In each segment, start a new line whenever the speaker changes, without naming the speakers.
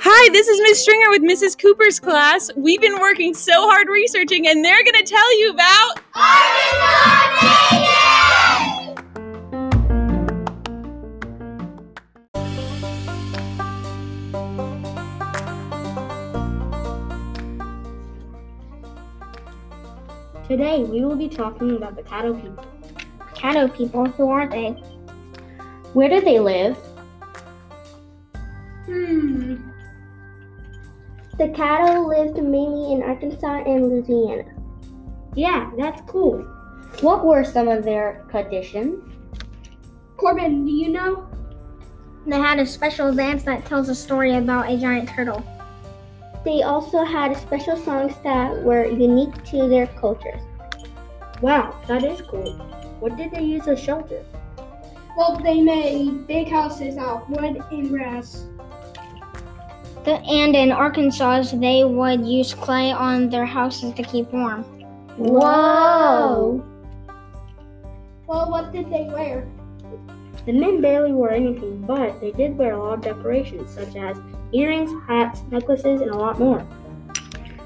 Hi, this is Miss Stringer with Mrs. Cooper's class. We've been working so hard researching, and they're going to tell you about.
Today we will be talking about the Caddo people. Caddo people, who are they?
Where do they live?
Hmm. The Caddo lived mainly in Arkansas and Louisiana. Yeah, that's cool.
What were some of their conditions?
Corbin, do you know? They had a special dance that tells a story about a giant turtle. They also had special songs that were unique to their cultures.
Wow, that is cool. What did they use as shelter?
Well, they made big houses out of wood and grass.
and in Arkansas, they would use clay on their houses to keep warm.
Whoa!
Well, what did they wear?
The men barely wore anything, but they did wear a lot of decorations, such as earrings, hats, necklaces, and a lot more.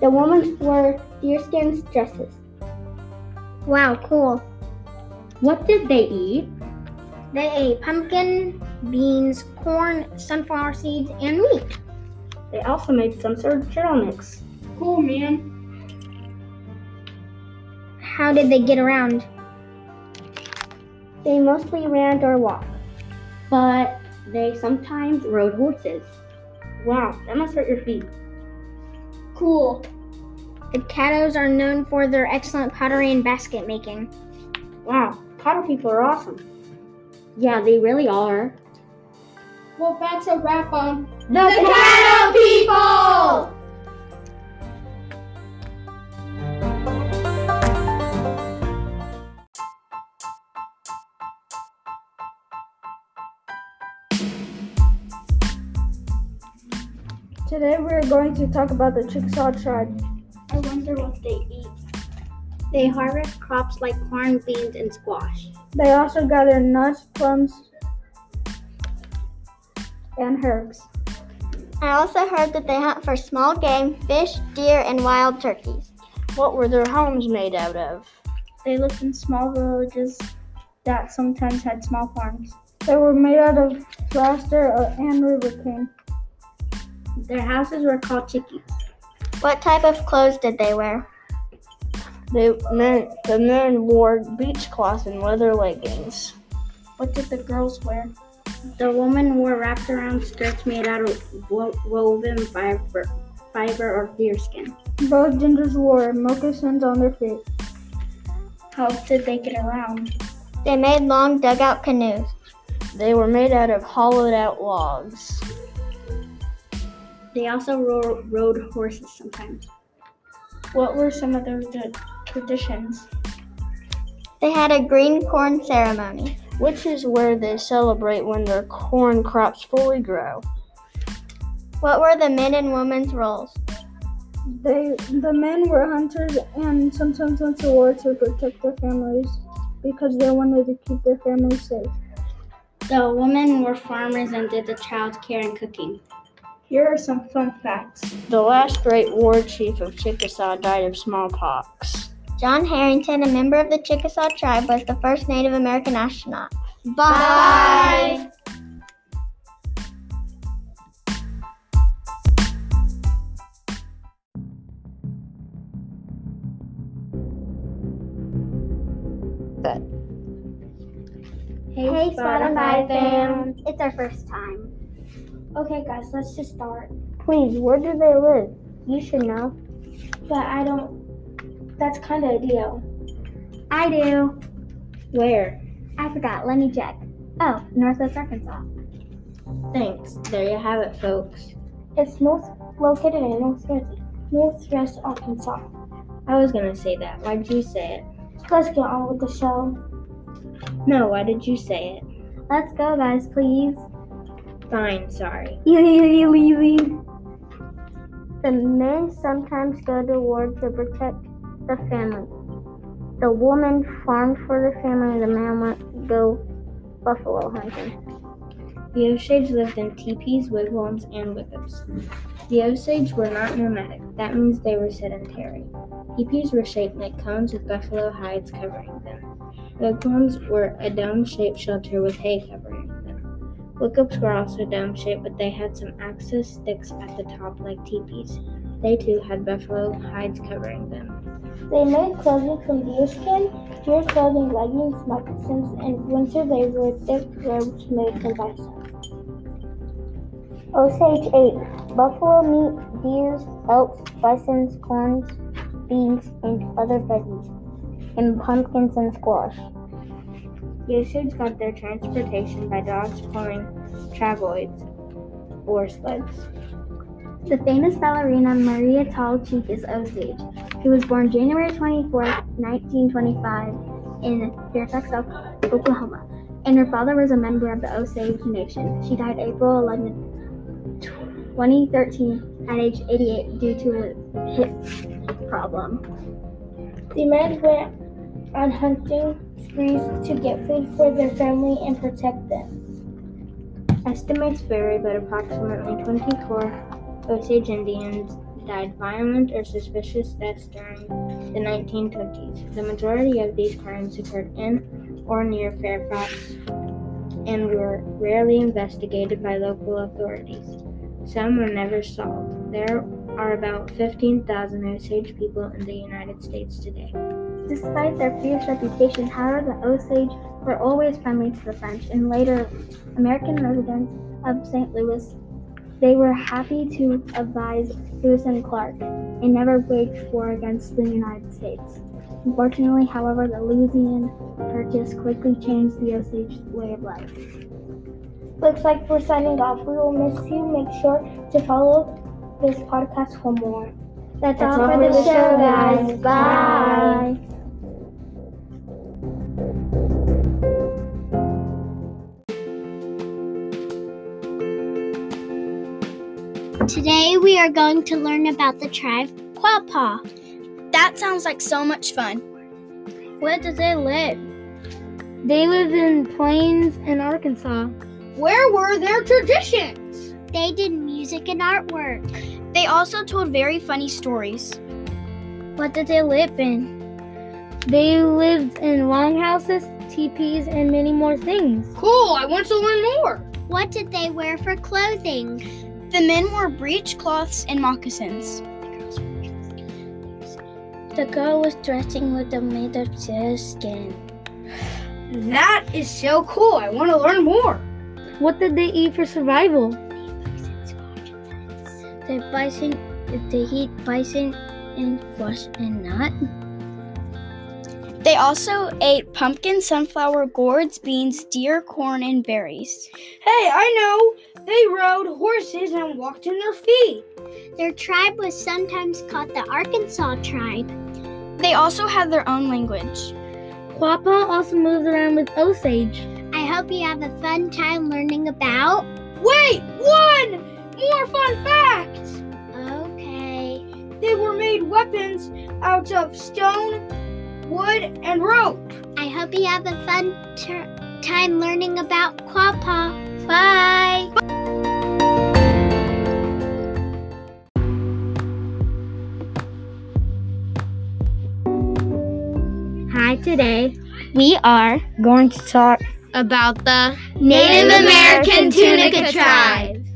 The women wore deerskin dresses. Wow, cool.
What did they eat?
They ate pumpkin, beans, corn, sunflower seeds, and meat.
They also made some sort of turtlenecks.
Cool, man.
How did they get around? They mostly ran or walked.
But they sometimes rode horses.
Wow, that must hurt your feet.
Cool.
The Caddos are known for their excellent pottery and basket making.
Wow, Caddo people are awesome.
Yeah, they really are.
Well, that's a wrap on.
The cattle people!
Today we are going to talk about the Chickasaw tribe.
I wonder what they eat. They harvest crops like corn, beans, and squash.
They also gather nuts, plums, and herbs.
I also heard that they hunt for small game, fish, deer, and wild turkeys.
What were their homes made out of?
They lived in small villages that sometimes had small farms. They were made out of plaster uh, and river cane.
Their houses were called chickies.
What type of clothes did they wear?
They men, the men wore beach cloth and leather leggings.
What did the girls wear?
The women wore wrapped around skirts made out of wo- woven fiber, fiber or deerskin.
Both genders wore moccasins on their feet.
How did they get around? They made long dugout canoes.
They were made out of hollowed out logs.
They also ro- rode horses sometimes.
What were some of their tra- traditions?
They had a green corn ceremony.
which is where they celebrate when their corn crops fully grow.
What were the men and women's roles?
They, the men were hunters and sometimes went to war to protect their families because they wanted to keep their families safe.
The women were farmers and did the child care and cooking.
Here are some fun facts.
The last great war chief of Chickasaw died of smallpox.
John Harrington, a member of the Chickasaw tribe, was the first Native American astronaut. Bye. Hey, Spotify fam. It's our first time. Okay, guys, let's just start.
Please, where do they live? You should know.
But I don't. That's kind of ideal. I do.
Where?
I forgot. Let me check. Oh, Northwest Arkansas.
Thanks. There you have it, folks.
It's north located in North Jersey, Northwest Arkansas.
I was gonna say that. Why did you say it?
Let's get on with the show.
No, why did you say it?
Let's go, guys, please.
Fine, sorry.
The men sometimes go to war to protect the family. The woman farmed for the family. The man went go
buffalo hunting. The Osage lived in teepees, wigwams, and wickups. The Osage were not nomadic. That means they were sedentary. Teepees were shaped like cones with buffalo hides covering them. Wigwams were a dome-shaped shelter with hay covering them. Wickups were also dome-shaped, but they had some axis sticks at the top like teepees. They too had buffalo hides covering them.
They made clothing from deer skin, deer clothing, leggings, moccasins, and winter they wore thick robes made from bison. Osage ate buffalo meat, deers, elks, bisons, corns, beans, and other veggies, and pumpkins and squash.
The Osage got their transportation by dogs pulling travoids or sleds.
The famous ballerina Maria Tall Cheek is Osage. She was born January 24, 1925, in Fairfax, O- Oklahoma, and her father was a member of the Osage Nation. She died April 11, 2013, at age 88 due to a hip problem. The men went on hunting sprees to get food for their family and protect them.
Estimates vary, but approximately 24 Osage Indians died violent or suspicious deaths during the 1920s. The majority of these crimes occurred in or near Fairfax and were rarely investigated by local authorities. Some were never solved. There are about 15,000 Osage people in the United States today.
Despite their fierce reputation, however, the Osage were always friendly to the French and later American residents of St. Louis. They were happy to advise Lewis and Clark and never waged war against the United States. Unfortunately, however, the Louisiana Purchase quickly changed the Osage way of life. Looks like we're signing off. We will miss you. Make sure to follow this podcast for more.
That's,
all for the show, guys. Bye.
Today we are going to learn about the tribe Quapaw. That sounds like so much fun. Where do they live?
They live in Plains in Arkansas.
Where were their traditions?
They did music and artwork. They also told very funny stories.
What did they live in? They lived in longhouses, teepees, and many more things.
Cool, I want to learn more.
What did they wear for clothing? The men wore breechcloths and moccasins.
The girl was dressing with a made of deer skin.
That is so cool. I want to learn more.
What did they eat for survival? They bison. They eat bison and squash and nut.
They also ate pumpkin, sunflower, gourds, beans, deer, corn, and berries.
Hey, I know. They rode horses and walked in their feet.
Their tribe was sometimes called the Arkansas tribe. They also had their own language.
Quapaw also moves around with Osage.
I hope you have a fun time learning about.
Wait, one more fun fact.
Okay.
They were made weapons out of stone, wood, and rope.
I hope you have a fun ter- time learning about Quapaw. Bye.
Hi, today we are going to talk about the
Native American Tunica tribe.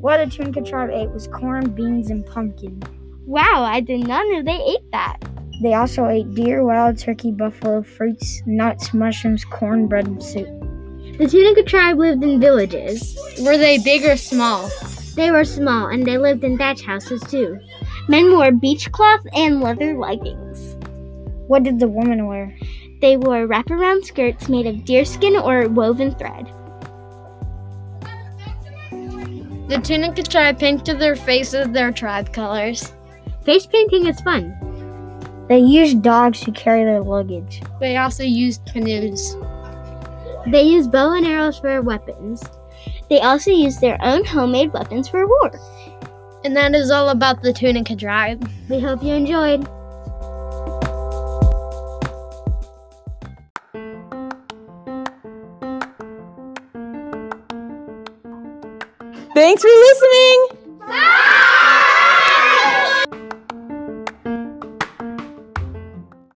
What the Tunica tribe ate was corn, beans, and pumpkin. Wow, I did not know they ate that. They also ate deer, wild turkey, buffalo, fruits, nuts, mushrooms, cornbread, and soup. The Tunica tribe lived in villages. Were they big or small?
They were small and they lived in thatch houses too. Men wore beechcloth and leather leggings.
What did the woman wear?
They wore wraparound skirts made of deerskin or woven thread.
The Tunica tribe painted their faces their tribe colors.
Face painting is fun.
They used dogs to carry their luggage.
They also used canoes.
They used bow and arrows for weapons. They also used their own homemade weapons for war.
And that is all about the Tunica tribe.
We hope you enjoyed.
Thanks for listening.